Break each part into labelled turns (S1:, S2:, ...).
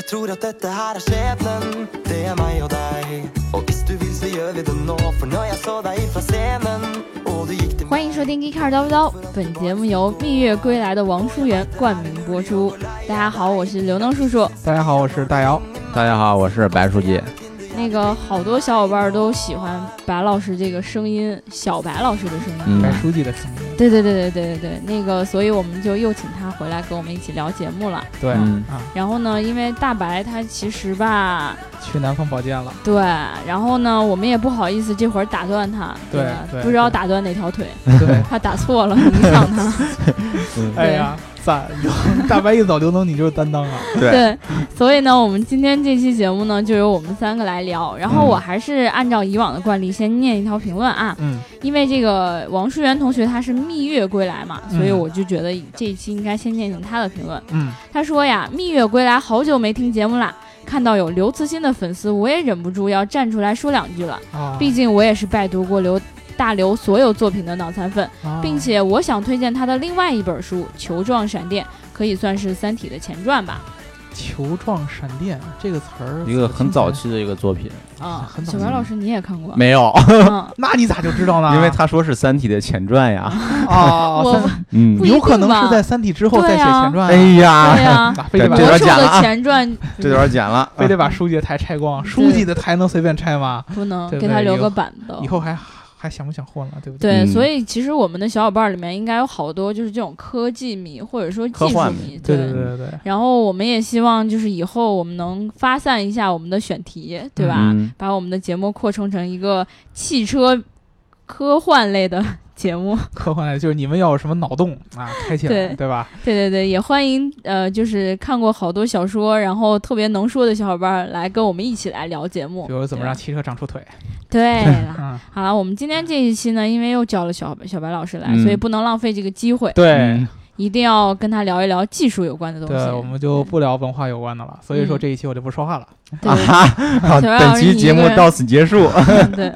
S1: Jeg tror at dette her er skjebnen, det er meg og deg. Og hvis du vil, så gjør vi det nå, for når jeg så deg fra scenen, og du gikk til
S2: 欢迎收听《一开始叨不叨》，本节目由蜜月归来的王淑媛冠名播出。大家好，我是刘能叔叔。
S3: 大家好，我是大姚。
S4: 大家好，我是白书记。
S2: 那个好多小伙伴都喜欢白老师这个声音，小白老师的声音。
S4: 嗯
S3: 白书记的声音，
S2: 对对对对对对对，那个，所以我们就又请他回来跟我们一起聊节目了。
S3: 对
S4: 嗯
S3: 啊，
S2: 然后呢，因为大白他其实吧，
S3: 去南方保健 了，
S2: 对，然后呢，我们也不好意思这会儿打断他，
S3: 对
S2: 吧
S3: 对
S2: 不知道打断哪条腿，
S3: 对，
S2: 怕打错了影响他。
S3: 哎 呀，赞！有大白一走，刘能你就是担当啊，
S4: 对，
S2: 对，所以呢，我们今天这期节目呢，就由我们三个来聊。然后我还是按照以往的惯例，先念一条评论啊，
S3: 嗯，
S2: 因为这个王淑媛同学她是蜜月归来嘛，
S3: 嗯
S2: 所以我就觉得这一期应该先念念她的评论。
S3: 嗯，
S2: 她说呀，蜜月归来好久没听节目啦，看到有刘慈欣的粉丝，我也忍不住要站出来说两句了。
S3: 啊，
S2: 毕竟我也是拜读过刘大刘所有作品的脑残粉，
S3: 啊
S2: 并且我想推荐他的另外一本书《球状闪电》，可以算是《三体》的前传吧。
S3: 球状闪电这个词儿，
S4: 一个很早期的一个作品，
S2: 啊
S3: 很，
S2: 小
S3: 早
S2: 白老师你也看过？
S4: 没有，
S2: 嗯，
S3: 那你咋就知道呢？
S4: 因为他说是《三体》的前传呀。
S3: 啊，
S2: 我
S3: 三
S4: 嗯
S2: 不一定吧
S3: 有可能是在《三体》之后再写前传啊。
S4: 哎
S2: 对
S4: 呀，
S2: 呀，
S3: 啊非得把
S4: 这
S2: 魔
S4: 段
S2: 兽
S4: 剪了
S2: 的
S4: 啊
S2: 前传
S4: 这段剪了。啊
S3: 非得把书记的台拆光，书记的台能随便拆吗？
S2: 不能
S3: 对不
S2: 给
S3: 对
S2: 他留个板凳
S3: 以。后还还想不想混了，对不对？
S2: 对，
S4: 嗯
S2: 所以其实我们的小伙伴里面应该有好多就是这种科技迷或者说技
S4: 科
S2: 术
S4: 幻
S2: 迷，
S3: 对对对对对，
S2: 然后我们也希望就是以后我们能发散一下我们的选题，对
S3: 啊
S2: 吧？
S4: 嗯
S2: 把我们的节目扩充成一个汽车科幻类的 节目。
S3: 科幻类就是你们要有什么脑洞啊，开起来，
S2: 对
S3: 对吧？
S2: 对对对，也欢迎呃，就是看过好多小说，然后特别能说的小伙伴儿来跟我们一起来聊节目。
S3: 比如怎么
S2: 对啊
S3: 让汽车长出腿，
S2: 对了，
S3: 嗯，
S2: 好了，我们今天这一期呢，因为又叫了小小白老师来，
S4: 嗯
S2: 所以不能浪费这个机会，
S3: 对，
S2: 一定要跟他聊一聊技术有关的东西。嗯
S3: 对，我们就不聊文化有关的了，所以说这一期我就不说话了。
S2: 对
S4: 啊 哈，好，
S2: 小白老
S4: 本
S2: 师
S4: 期节目到此结束。
S2: 对，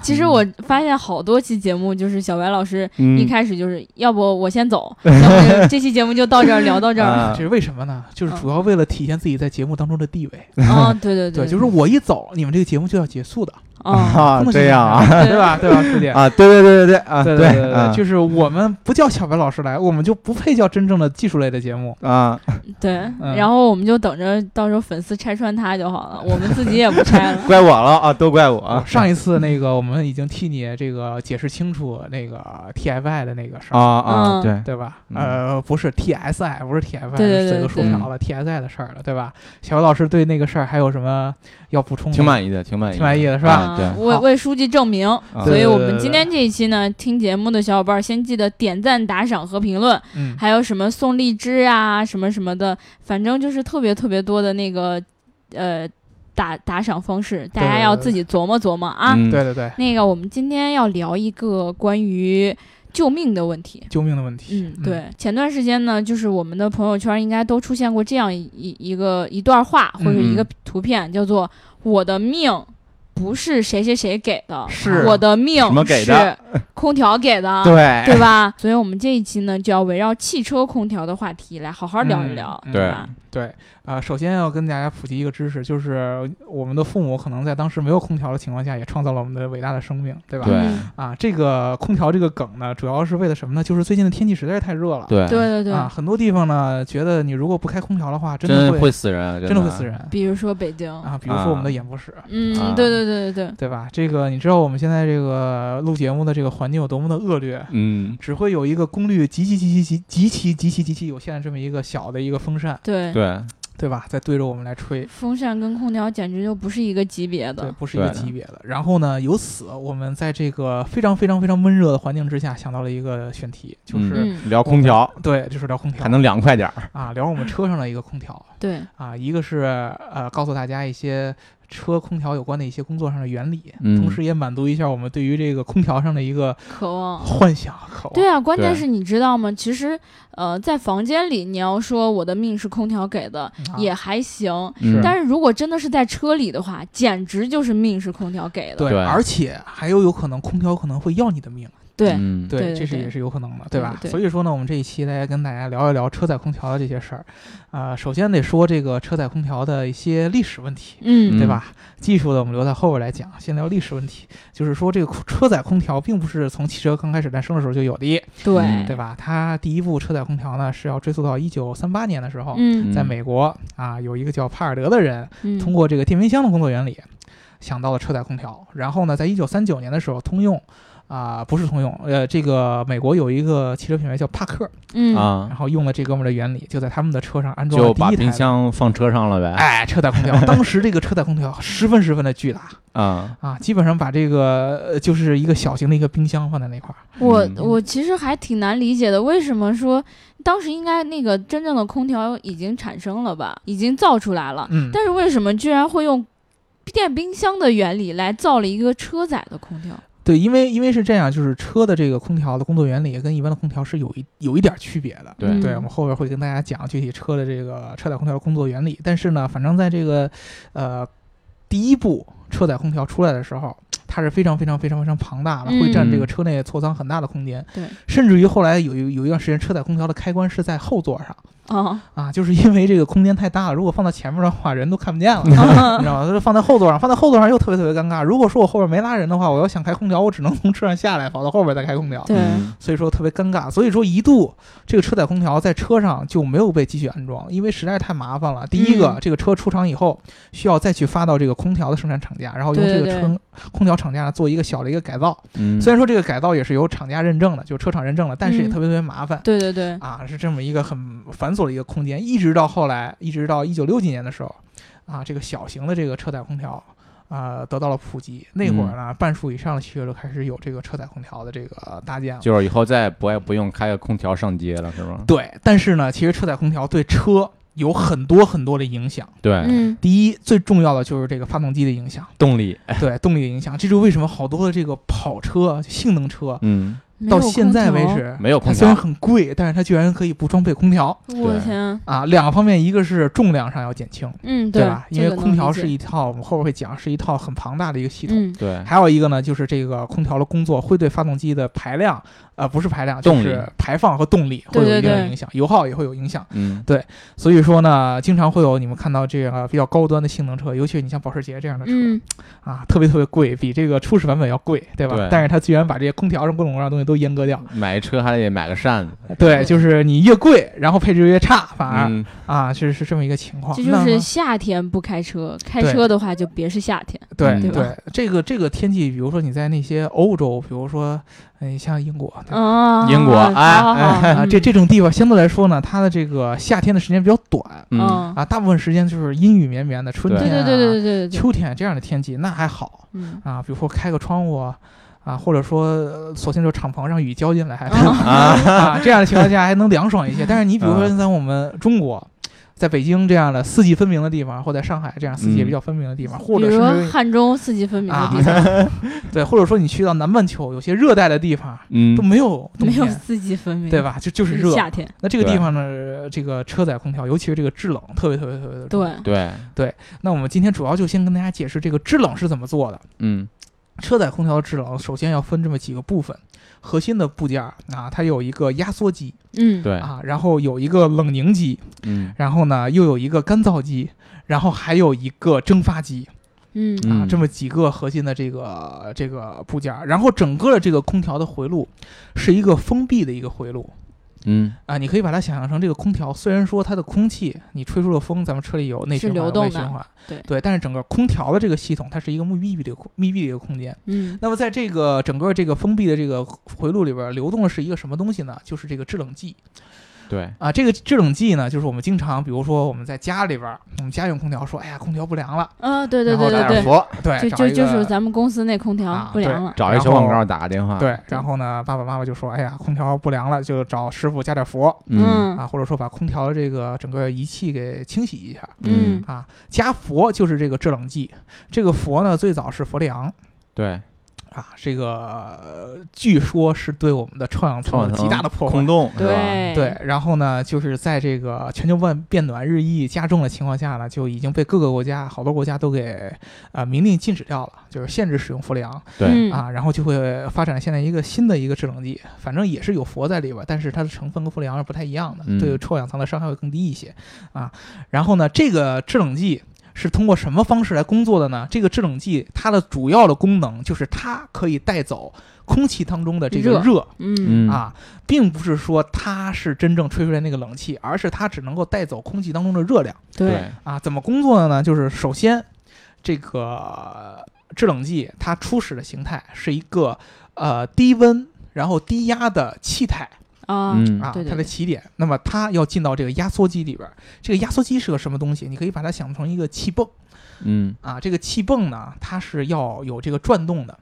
S2: 其实我发现好多期节目，就是小白老师一
S4: 嗯，
S2: 开始就是、要不我先 走，要不就这期节目就到这儿聊到这儿。
S4: 啊
S3: 这是为什么呢？
S2: 嗯
S3: 就是主要为了体现自己在节目当中的地位。
S2: 啊、对对
S3: 对，
S2: 对，
S3: 就是我一走，你们这个节目就要结束的，
S2: 啊，
S4: 啊
S3: 不能
S4: 这样啊
S3: 是这对吧？对吧，师姐？
S4: 啊，对对对对对啊，
S3: 对对
S4: 啊
S3: 对，就是我们不叫小白老师来，我们就不配叫真正的技术类的节目。
S4: 啊，
S2: 对，
S3: 嗯
S2: 然后我们就等着到时候粉丝拆穿他就好 了，我们自己也不拆了。
S4: 怪我了啊，都怪我啊
S3: 上一次那个我们已经替你这个解释清楚那个 TFI 的那个事儿，
S4: 啊，
S2: 嗯
S4: 对，
S3: 对吧？
S4: 嗯
S3: 呃，不是 TSI，不是 TFI，
S2: 对对对
S3: 是这个
S2: 对
S3: 说瓢了 TSI 的事儿了，对吧？小白老师对那个事儿还有什么要补充的？
S4: 挺满意的，挺满意，
S3: 挺满意的是吧
S4: 啊对
S2: 啊，为
S3: 好嗯
S2: 为书记证明，
S4: 啊
S2: 所以我们
S3: 对
S2: 今天这一期呢，听节目的小伙伴儿先记得点赞、打赏和评论，
S3: 嗯，
S2: 还有什么送荔枝啊，什么什么的，反正就是特别特别多的那个，呃，打打赏方式，大家要自己琢磨琢磨啊。
S4: 嗯
S3: 对对对，
S2: 那个，我们今天要聊一个关于救命的问题。
S3: 救命的问题。
S2: 嗯，对，前段时间呢，就是我们的朋友圈应该都出现过这样一一一个一段话或者一个
S4: 嗯
S2: 图片，叫做“我的命不是谁谁谁给的，
S3: 是
S2: 我的命
S4: 什么给的
S2: 是空调给的”，
S3: 哎
S4: 对
S2: 对吧？所以我们这一期呢，就要围绕汽车空调的话题来好好聊一
S3: 嗯
S2: 聊，
S3: 嗯
S2: 对吧？
S3: 对，啊、首先要跟大家普及一个知识，就是我们的父母可能在当时没有空调的情况下，也创造了我们的伟大的生命，对吧？
S4: 对
S2: 嗯
S3: 啊，这个空调这个梗呢，主要是为了什么呢？就是最近的天气实在是太热了，
S4: 对，
S2: 对对对，
S3: 啊，很多地方呢，觉得你如果不开空调的话，真的
S4: 真
S3: 会
S4: 会死人，
S3: 真的会死人
S2: 比如说北京，
S3: 啊，比如说我们的演播室。
S2: 嗯，
S4: 啊
S2: 对对对对对，
S3: 对吧？这个你知道我们现在这个录节目的这个环境有多么的恶劣，
S4: 嗯，
S3: 只会有一个功率极其极其极极其极其极其有限的这么一个小的一个风扇，
S2: 对
S4: 对，
S3: 对吧？在对着我们来吹，
S2: 风扇跟空调简直就不是一个级别
S3: 对，
S2: 的，
S3: 不是一个
S4: 对
S3: 级别的。然后呢，由此我们在这个非常非常非常闷热的环境之下，想到了一个选题，就是、
S2: 嗯，
S4: 聊空调
S3: 对，就是聊空调，
S4: 还能凉快点儿，
S3: 啊聊我们车上的一个空 调
S2: 对，
S3: 啊，一个是呃告诉大家一些车空调有关的一些工作上的原理，
S4: 嗯
S3: 同时也满足一下我们对于这个空调上的一个
S2: 渴望。
S3: 幻想和渴望。
S2: 啊对啊，关键
S4: 对
S2: 是你知道吗？其实，呃，在房间里，你要说我的命是空调给的，
S3: 啊
S2: 也还行。
S3: 是
S4: 嗯
S2: 但是如果真的是在车里的话，简直就是命是空调给的。
S3: 对，
S4: 对
S3: 而且还有有可能空调可能会要你的命，
S2: 对，
S4: 嗯，
S2: 对对
S3: 这是
S2: 对
S3: 也是有可能的，
S2: 对
S3: 吧？
S2: 对
S3: 所以说呢，我们这一期来跟大家聊一聊车载空调的这些事儿。
S2: 嗯
S3: 呃，首先得说这个车载空调的一些历史问题，
S2: 嗯，
S3: 对吧？技术的我们留在后边来讲，先聊历史问题。就是说，这个车载空调并不是从汽车刚开始诞生的时候就有的，
S2: 对
S4: 嗯
S3: 对吧？它第一部车载空调呢是要追溯到一九三八年的时候，
S2: 嗯
S3: 在美国啊有一个叫帕尔德的人，
S2: 嗯，
S3: 通过这个电冰箱的工作原理，想到了车载空调。然后呢，在一九三九年的时候，通用啊、不是通用，呃，这个美国有一个汽车品牌叫帕克，
S2: 嗯
S3: 然
S4: 啊，
S3: 后用了这哥们儿的原理，就在他们的车上安装了
S4: 就
S3: 第
S4: 把
S3: 一台
S4: 冰箱放车上了呗，
S3: 哎车载空调。当时这个车载空调十分十分的巨大
S4: 啊，
S3: 啊，基本上把这个呃就是一个小型的一个冰箱放在那块儿。
S2: 我
S4: 嗯
S2: 我其实还挺难理解的，为什么说当时应该那个真正的空调已经产生了吧，已经造出来了，
S3: 嗯，
S2: 但是为什么居然会用电冰箱的原理来造了一个车载的空调？
S3: 对，因为因为是这样，就是车的这个空调的工作原理跟一般的空调是有一有一点儿区别的。
S4: 对
S2: 嗯
S3: 对，我们后边会跟大家讲具体车的这个车载空调的工作原理。但是呢，反正在这个呃第一部车载空调出来的时候，它是非常非常非常非常庞大的，
S2: 嗯
S3: 会占这个车内座舱很大的空间。
S2: 对，
S3: 甚至于后来有一有一段时间，车载空调的开关是在后座上
S2: 哦，
S3: 啊， 就是因为这个空间太大了，如果放到前面的话，人都看 不见了。你知道吗？它是放在后座上，放在后座上又特别特别尴尬。如果说我后边没拉人的话，我要想开空调，我只能从车上下来，跑到后边再开空调。
S2: 对
S4: 嗯
S3: 所以说特别尴尬。所以说一度这个车载空调在车上就没有被继续安装，因为实在是太麻烦了。第一个，
S2: 嗯
S3: 这个车出厂以后需要再去发到这个空调的生产厂家，然后用
S2: 对
S3: 这
S2: 对
S3: 个
S2: 对
S3: 车空调厂家做一个小的一个改造。
S4: 嗯，
S3: 虽然说这个改造也是由厂家认证的，就车厂认证了，但是也
S2: 嗯
S3: 特别特别麻烦。
S2: 对对对，
S3: 啊，是这么一个很繁琐的一个空间，一直到后来，一直到一九六几年的时候，啊，这个小型的这个车载空调啊、得到了普及。那会儿呢，半数以上的汽车都开始有这个车载空调的这个搭建了。
S4: 就是以后再也不爱不用开个空调上街了，是吗？
S3: 对，但是呢，其实车载空调对车有很多很多的影响。
S4: 对，
S2: 嗯
S3: 第一，最重要的就是这个发动机的影响，
S4: 动力，
S3: 对动力哎的影响。这就是为什么好多的这个跑车、性能车
S4: 嗯，
S2: 没
S3: 到
S2: 有
S3: 现
S2: 空
S3: 在为
S2: 调，
S3: 止，
S4: 没有
S3: 它
S4: 空
S3: 虽然
S4: 调，
S3: 很贵，但是它居然可以不装配空调
S2: 我
S4: 对
S2: 天，
S3: 啊。两个方面，一个是重量上要减轻，
S2: 嗯，
S3: 吧？因为
S2: 这个能
S3: 空调
S2: 理解
S3: 是一套，我们后边会讲，是一套很庞大的一个系统。
S2: 嗯
S4: 对，
S3: 还有一个呢，就是这个空调的工作会对发动机的排量，呃，不是排量，就
S4: 动力
S3: 是排放和动力会
S2: 对
S3: 有
S2: 对
S3: 一定的
S2: 对
S3: 影响，油耗也会有影响。
S4: 嗯，
S3: 所以说呢，经常会有你们看到这个比较高端的性能车，尤其是你像保时捷这样的车、
S2: 嗯，
S3: 啊，特别特别贵，比这个初始版本要贵，对吧？
S4: 对
S3: 但是它居然把这些空调啊上各种各样的东西都阉割掉，
S4: 买车还得买个扇子，
S2: 嗯
S3: 对，就是你越贵，然后配置越差，反而、
S4: 嗯，
S3: 啊，是是这么一个情况。
S2: 这就
S3: 那
S2: 是
S3: 么
S2: 夏天不开车，开
S3: 对
S2: 车的话就别是夏天。
S3: 对
S4: 对吧
S3: 这个这个天气，比如说你在那些欧洲，比如说嗯、像英国。对吧
S2: 啊，
S4: 英国哎
S2: 好好好
S3: 啊，
S2: 嗯
S3: 这这种地方相对来说呢，它的这个夏天的时间比较短
S4: 嗯
S2: 嗯，
S3: 啊，大部分时间就是阴雨绵绵的春
S4: 对
S2: 对
S3: 天、啊、
S2: 对对对对对对，
S3: 秋天啊这样的天气，那还好。
S2: 嗯，
S3: 啊，比如说开个窗户啊，啊或者说呃索性就敞篷让雨浇进来，
S4: 啊，
S3: 啊，这样的情况下还能凉爽一些。但是你比如说在我们中国，在北京这样的四季分明的地方，或在上海这样四季
S4: 嗯
S3: 比较分明的地方，或
S2: 比
S3: 者
S2: 如说
S3: 是
S2: 汉中四季分明的
S3: 啊
S2: 地方，，
S3: 对，或者说你去到南半球有些热带的地方
S4: 嗯
S3: 都，没有冬
S2: 没有
S3: 天。
S2: 四季分明，
S3: 对？吧？就就是
S2: 是
S3: 热。
S2: 夏天，
S3: 那这个
S4: 对
S3: 地方呢，这个车载空调，尤其是这个制冷，特别特别特别的重要。
S2: 对，
S4: 对，
S3: 那我们今天主要就先跟大家解释这个制冷是怎么做的。
S4: 嗯，
S3: 车载空调的制冷，首先要分这么几个部分，核心的部件儿啊，它有一个压缩机
S2: 嗯，
S4: 对，
S3: 啊，然后有一个冷凝机，
S4: 嗯，
S3: 然后呢又有一个干燥机，然后还有一个蒸发机
S2: 嗯
S3: 啊，
S4: 嗯
S3: 这么几个核心的这个这个部件儿。然后整个的这个空调的回路是一个封闭的一个回路
S4: 嗯，
S3: 啊，你可以把它想象成这个空调，虽然说它的空气你吹出了风，咱们车里有内
S2: 是
S3: 循环
S2: 流
S3: 有
S2: 动
S3: 外
S2: 的
S3: 循环，
S2: 对
S3: 对，但是整个空调的这个系统，它是一个密闭的一个密闭的一个空间。
S2: 嗯
S3: 那么在这个整个这个封闭的这个回路里边儿，流动的是一个什么东西呢？就是这个制冷剂
S4: 对，
S3: 啊。这个制冷剂呢，就是我们经常，比如说我们在家里边儿，我们家用空调说，哎呀，空调不凉了，
S2: 啊，对对
S3: 然后
S2: 对
S3: 戴
S2: 对对，
S3: 尔
S4: 佛，
S3: 对，
S2: 就
S3: 哎找
S2: 就
S3: 一
S2: 就
S3: 个
S2: 是咱们公司那空
S3: 啊
S2: 调不
S3: 对
S2: 凉了，
S4: 找一小广告打个电话，
S3: 对，然后呢，爸爸妈妈就说，哎呀，空调不凉了，就找师傅加点氟
S4: 嗯，
S3: 啊，或者说把空调的这个整个仪器给清洗一下
S2: 嗯
S4: 嗯，
S3: 啊。加氟就是这个制冷剂，这个氟呢，最早是氟利昂。
S4: 对，
S3: 啊，这个、呃据说是对我们的臭氧层有极大的破坏
S4: 空。洞，是吧
S2: 嗯对
S3: 对，然后呢，就是在这个全球变变暖日益加重的情况下呢，就已经被各个国家好多国家都给呃明令禁止掉了，就是限制使用氟利昂、
S4: 对，
S2: 嗯
S3: 啊，然后就会发展现在一个新的一个制冷剂，反正也是有氟在里边，但是它的成分跟氟利昂是不太一样的，
S4: 嗯
S3: 对臭氧层的伤害会更低一些啊。然后呢，这个制冷剂。是通过什么方式来工作的呢？这个制冷剂它的主要的功能就是它可以带走空气当中的这个
S2: 热
S3: 热
S2: 嗯
S4: 嗯，
S3: 啊，并不是说它是真正吹出来那个冷气，而是它只能够带走空气当中的热量
S2: 对，
S3: 啊。怎么工作的呢？就是首先，这个制冷剂它初始的形态是一个呃低温。然后低压的气态
S2: 啊
S4: 嗯
S3: 啊，
S2: 对对
S3: 它的
S2: 对
S3: 起点，那么它要进到这个压缩机里边儿。这个压缩机是个什么东西？你可以把它想成一个气泵
S4: 嗯
S3: 啊。这个气泵呢，它是要有这个转动的，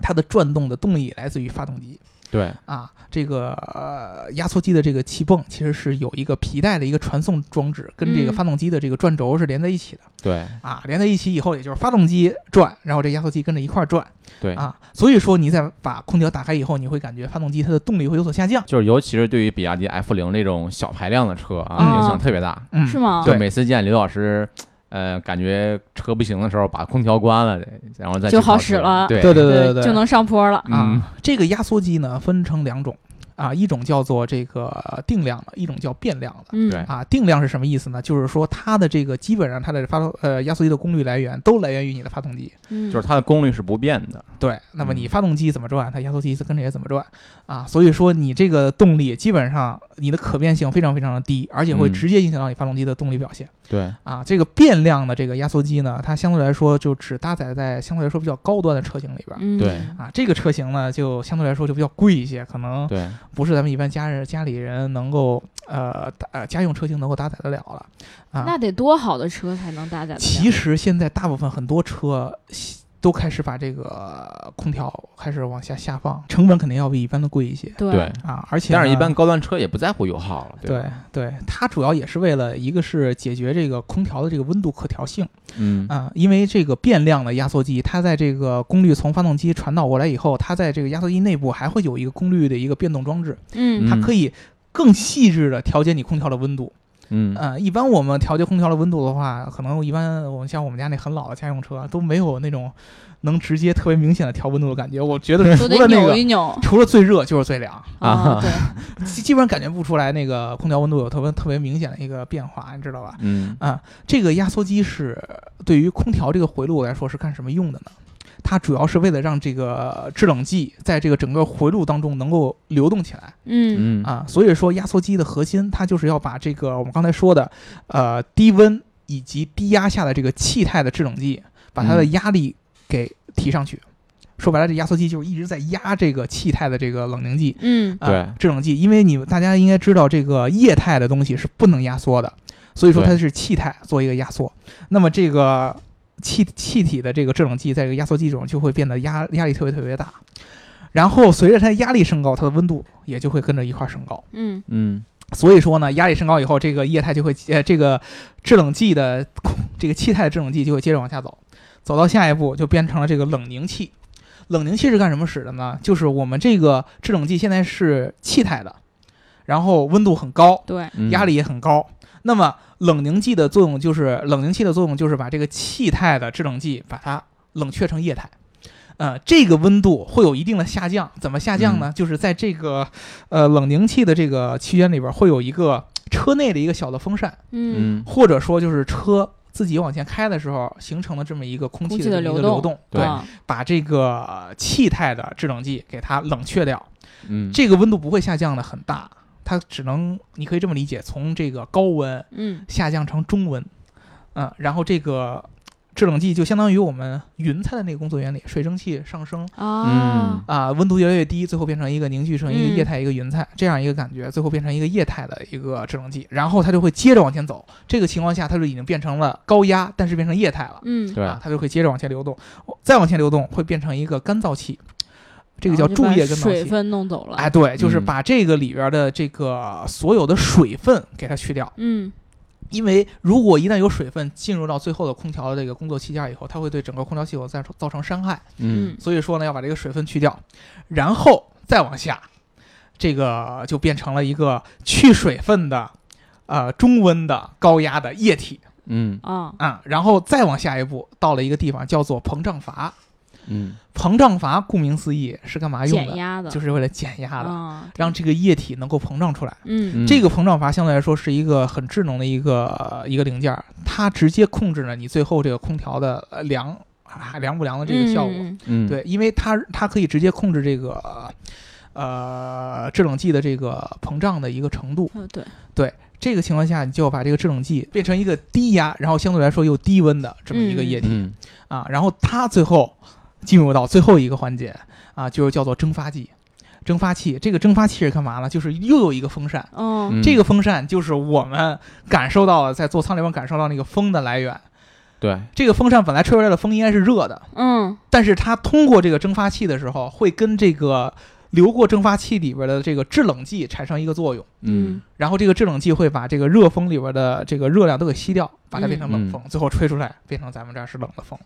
S3: 它的转动的动力来自于发动机。
S4: 对，
S3: 啊，这个、呃、压缩机的这个气泵其实是有一个皮带的一个传送装置，跟这个
S2: 嗯
S3: 发动机的这个转轴是连在一起的、
S4: 对，
S3: 啊，连在一起以后，也就是发动机转，然后这压缩机跟着一块儿转，
S4: 对
S3: 啊，所以说你在把空调打开以后，你会感觉发动机它的动力会有所下降，
S4: 就是尤其是对于比亚迪 F 零这种小排量的车啊，
S2: 嗯
S4: 影响特别大。
S3: 嗯，
S2: 是？吗？
S4: 就
S3: 对
S4: 每次见刘老师，呃，感觉车不行的时候，把空调关了，然后再
S2: 就
S4: 去
S2: 好
S4: 调
S2: 使
S4: 试
S2: 了
S4: 对
S3: 对对对对，
S2: 就能上坡了。
S4: 嗯
S3: 啊，这个压缩机呢分成两种啊，一种叫做这个定量的，一种叫变量的。
S2: 嗯，
S4: 对
S3: 啊，定量是什么意思呢？就是说它的这个基本上它的发动呃压缩机的功率来源都来源于你的发动机。
S2: 嗯
S4: 就是它的功率是不变的。
S3: 对，那么
S4: 嗯
S3: 你发动机怎么转，它压缩机跟着也怎么转啊。所以说你这个动力基本上你的可变性非常非常的低，而且会
S4: 嗯
S3: 直接影响到你发动机的动力表现
S4: 对，
S3: 啊。这个变量的这个压缩机呢，它相对来说就只搭载在相对来说比较高端的车型里边。
S2: 嗯
S4: 对
S3: 啊，这个车型呢，就相对来说就比较贵一些，可能
S4: 对，
S3: 不是咱们一般家人家里人能够呃搭呃家用车型能够搭载得了了啊。
S2: 那得多好的车才能搭载得了？
S3: 其实现在大部分很多车西都开始把这个空调开始往下下放，成本肯定要比一般的贵一些
S4: 对
S2: 对，
S3: 啊，而且呢
S4: 但是一般高端车也不在乎油耗了，
S3: 对
S4: 吧？
S3: 对，它主要也是为了一个是解决这个空调的这个温度可调性
S4: 嗯，
S3: 啊，因为这个变量的压缩机，它在这个功率从发动机传导过来以后，它在这个压缩机内部还会有一个功率的一个变动装置，
S2: 嗯
S3: 它
S4: 嗯
S3: 可以更细致的调节你空调的温度。
S4: 嗯，
S3: 呃，一般我们调节空调的温度的话，可能一般我们像我们家那很老的家用车啊都没有那种能直接特别明显的调温度的感觉。我觉得除
S2: 都得
S3: 了那
S2: 扭
S3: 个啊
S2: 一，扭
S3: 除了最热就是最凉，
S4: 啊
S2: 对，
S3: 基基本上感觉不出来那个空调温度有特别特别明显的一个变化，你知道吧？
S4: 嗯
S3: 这个压缩机是对于空调这个回路来说是干什么用的呢？它主要是为了让这个制冷剂在这个整个回路当中能够流动起来。
S2: 嗯
S4: 嗯
S3: 啊，所以说压缩机的核心，它就是要把这个我们刚才说的，呃，低温以及低压下的这个气态的制冷剂，把它的
S4: 嗯
S3: 压力给提上去。说白了，这压缩机就是一直在压这个气态的这个冷凝剂。
S2: 嗯
S3: 啊、
S4: 对
S3: 制冷剂，因为你们大家应该知道，这个液态的东西是不能压缩的，所以说它
S4: 对
S3: 是气态做一个压缩。那么这个气气体的这个制冷剂在这个压缩机中就会变得压压力特别特别大，然后随着它的压力升高，它的温度也就会跟着一块儿升高。
S2: 嗯
S4: 嗯
S3: 所以说呢，压力升高以后，这个液态就会呃这个制冷剂的空这个气态的制冷剂就会接着往下走，走到下一步就变成了这个冷凝器。冷凝器是干什么使的呢？就是我们这个制冷剂现在是气态的，然后温度很高，
S2: 对，
S4: 嗯，
S3: 压力也很高。那么冷凝剂的作用就是冷凝器的作用就是把这个气态的制冷剂把它冷却成液态。呃，这个温度会有一定的下降，怎么下降呢？就是在这个呃冷凝器的这个区间里边会有一个车内的一个小的风扇，
S2: 嗯
S4: 嗯
S3: 或者说就是车自己往前开的时候形成了这么一个空
S2: 空
S3: 气
S2: 气
S3: 的
S2: 的
S3: 这么
S2: 流
S3: 一个
S2: 动
S3: 流动，
S4: 对
S2: 啊
S3: 把这个呃气态的制冷剂给它冷却掉。
S4: 嗯，
S3: 这个温度不会下降的很大，它只能你可以这么理解，从这个高温
S2: 嗯
S3: 下降成中温，嗯，然后这个制冷剂就相当于我们云彩的那个工作原理，水蒸气上升
S2: 啊
S4: 嗯
S3: 啊、温度越来越低，最后变成一个凝聚成一个
S2: 嗯
S3: 液态一个云彩、这样一个感觉，最后变成一个液态的一个制冷剂，然后它就会接着往前走。这个情况下，它就已经变成了高压，但是变成液态了，
S2: 嗯，
S4: 对
S3: 啊，它就会接着往前流动，再往前流动会变成一个干燥气，这个
S2: 然
S3: 叫
S2: 后就
S3: 注
S2: 把
S3: 液干燥
S2: 水
S3: 气。
S2: 分弄走了，
S3: 哎，对，就是
S4: 嗯
S3: 把这个里边的这个所有的水分给它去掉，
S2: 嗯
S3: 因为如果一旦有水分进入到最后的空调的这个工作气压以后，它会对整个空调系统造成造成伤害。
S4: 嗯
S3: 所以说呢，要把这个水分去掉，然后再往下，这个就变成了一个去水分的，呃，中温的高压的液体
S4: 嗯
S2: 啊，
S3: 啊、然后再往下一步，到了一个地方叫做膨胀阀。
S4: 嗯
S3: 膨胀阀顾名思义是干嘛用
S2: 减
S3: 的？
S2: 压的，
S3: 就是是为了减压的，
S2: 啊，
S3: 让这个液体能够膨胀出来。
S2: 嗯
S4: 嗯，
S3: 这个膨胀阀相对来说是一个很智能的一个、呃一个零件儿，它直接控制了你最后这个空调的呃凉啊凉不凉的这个效果。
S2: 嗯
S4: 嗯
S3: 对，因为它它可以直接控制这个呃制冷剂的这个膨胀的一个程度。
S2: 嗯嗯对，
S3: 这个情况下，你就把这个制冷剂变成一个低压，然后相对来说又低温的这么一个液体、
S4: 嗯
S3: 啊，然后它最后进入到最后一个环节啊，就是叫做蒸发剂。啊蒸发器，这个蒸发器是干嘛呢？就是又有一个风扇，
S2: 哦，
S4: 嗯
S3: 这个风扇就是我们感受到了在座舱里面感受到那个风的来源。
S4: 对
S3: 这个风扇本来吹出来的风应该是热的，
S2: 嗯，
S3: 但是它通过这个蒸发器的时候，会跟这个流过蒸发器里边的这个制冷剂产生一个作用，
S2: 嗯
S3: 然后这个制冷剂会把这个热风里边的这个热量都给吸掉，把它变成冷风，最后吹出来变成咱们这儿是冷的风。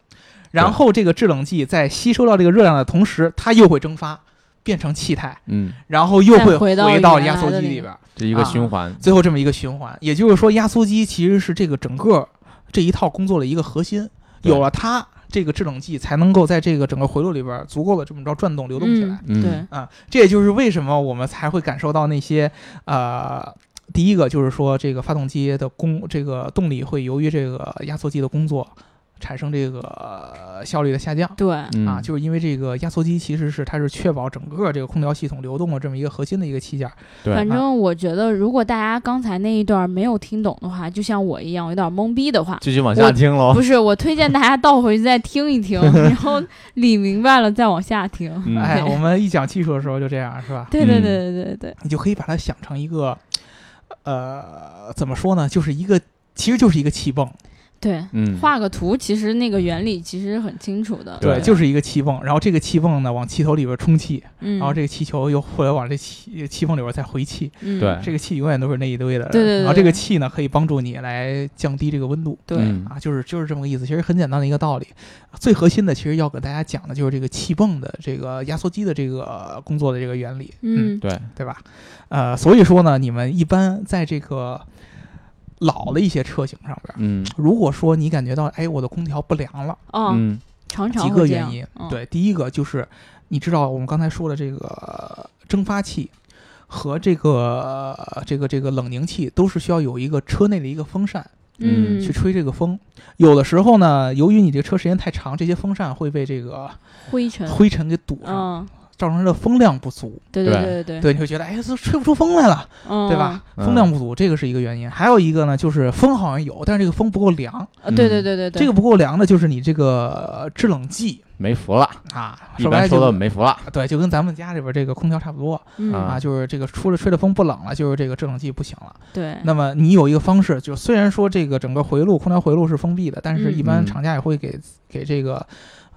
S3: 然后这个制冷剂在吸收到这个热量的同时，它又会蒸发。变成气态，
S4: 嗯，
S3: 然后又会
S2: 再回到
S3: 回
S2: 原来
S3: 压缩
S2: 的
S3: 机
S2: 那
S3: 里
S2: 个
S3: 边，
S4: 这一个循
S2: 啊
S4: 环，
S3: 最后这么一个循环。也就是说，压缩机其实是这个整个这一套工作的一个核心。
S4: 对
S3: 有了它，这个制冷剂才能够在这个整个回路里边足够的这么着转动流动起来。
S2: 嗯
S4: 嗯
S2: 对，
S3: 啊，这也就是为什么我们才会感受到那些呃。第一个就是说，这个发动机的工，这个动力会由于这个压缩机的工作产生这个、呃效率的下降
S2: 对，
S4: 嗯
S3: 啊，就是因为这个压缩机其实是它是确保整个这个空调系统流动的这么一个核心的一个器件儿。
S4: 对
S2: 反正我觉得，如果大家刚才那一段没有听懂的话，就像我一样有点懵逼的话，
S4: 继续往下听喽
S3: 哦
S2: 不。是，我推荐大家倒回去再听一 听，然后理明白了再往下听。
S4: 嗯
S3: 哎，
S2: 对
S3: 我们一讲技术的时候就这样，是吧？
S2: 对对
S4: 嗯
S2: 对对对对，
S3: 你就可以把它想成一个，呃，怎么说呢？就是一个，其实就是一个气泵，
S2: 对，
S4: 嗯，
S2: 画个图，其实那个原理其实很清楚的。
S4: 对
S3: 就是一个气泵。然后这个气泵呢，往气头里边充气，
S2: 嗯，
S3: 然后这个气球又后来往这气气泵里边再回气，
S2: 嗯
S4: 对
S3: 这个气永远都是那一堆的。
S2: 对对对
S3: 然后这
S2: 对
S3: 个气呢，可以帮助你来降低这个温度。
S2: 对，
S4: 嗯
S3: 啊，就是就是这么个意思，其实很简单的一个道理。最核心的，其实要给大家讲的就是这个气泵的这个压缩机的这个呃工作的这个原理。
S2: 嗯
S4: 对，
S3: 对吧？呃，所以说呢，你们一般在这个老的一些车型上边儿，
S4: 嗯
S3: 如果说你感觉到，哎，我的空调不凉了，
S2: 哦，
S4: 嗯
S2: 常常
S3: 几
S2: 会
S3: 个
S2: 这
S3: 原
S2: 样
S3: 因，，
S2: 嗯，
S3: 对，第一个就是你知道我们刚才说的这个呃蒸发器。和这个、呃这个这个冷凝器都是需要有一个车内的一个风扇
S2: 嗯，
S3: 去吹这个风，有的时候呢，由于你这个车时间太长，这些风扇会被这个
S2: 灰尘，
S3: 灰尘给堵上，
S2: 嗯，
S3: 造成它的风量不足，
S2: 对对
S4: 对
S2: 对对对，
S3: 对，你会觉得哎，这吹不出风来了，
S2: 嗯
S3: 对吧？？
S4: 嗯
S3: 风量不足，这个是一个原因。还有一个呢，就是风好像有，但是这个风不够凉。
S2: 呃对对对对对，
S3: 嗯这个不够凉呢，就是你这个呃制冷剂
S4: 没福了，
S3: 啊，
S4: 一
S3: 说白
S4: 般
S3: 了
S4: 说
S3: 就
S4: 的没福了。
S3: 对，就跟咱们家里边这个空调差不多
S2: 嗯
S4: 啊
S3: 啊，就是这个出了吹的风不冷了，就是这个制冷剂不行了。
S2: 对，
S3: 那么你有一个方式，就虽然说这个整个回路空调回路是封闭的，但是
S2: 嗯
S3: 一般
S4: 嗯
S3: 厂家也会给给这个。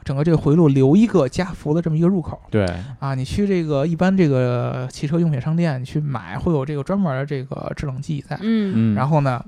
S3: 整个这个回路留一个加幅的这么一个入口
S4: 对，
S3: 啊，你去这个一般这个汽车用品商店你去买，会有这个专门的这个制冷剂在，
S2: 嗯
S4: 嗯，
S3: 然
S4: 后
S3: 后呢，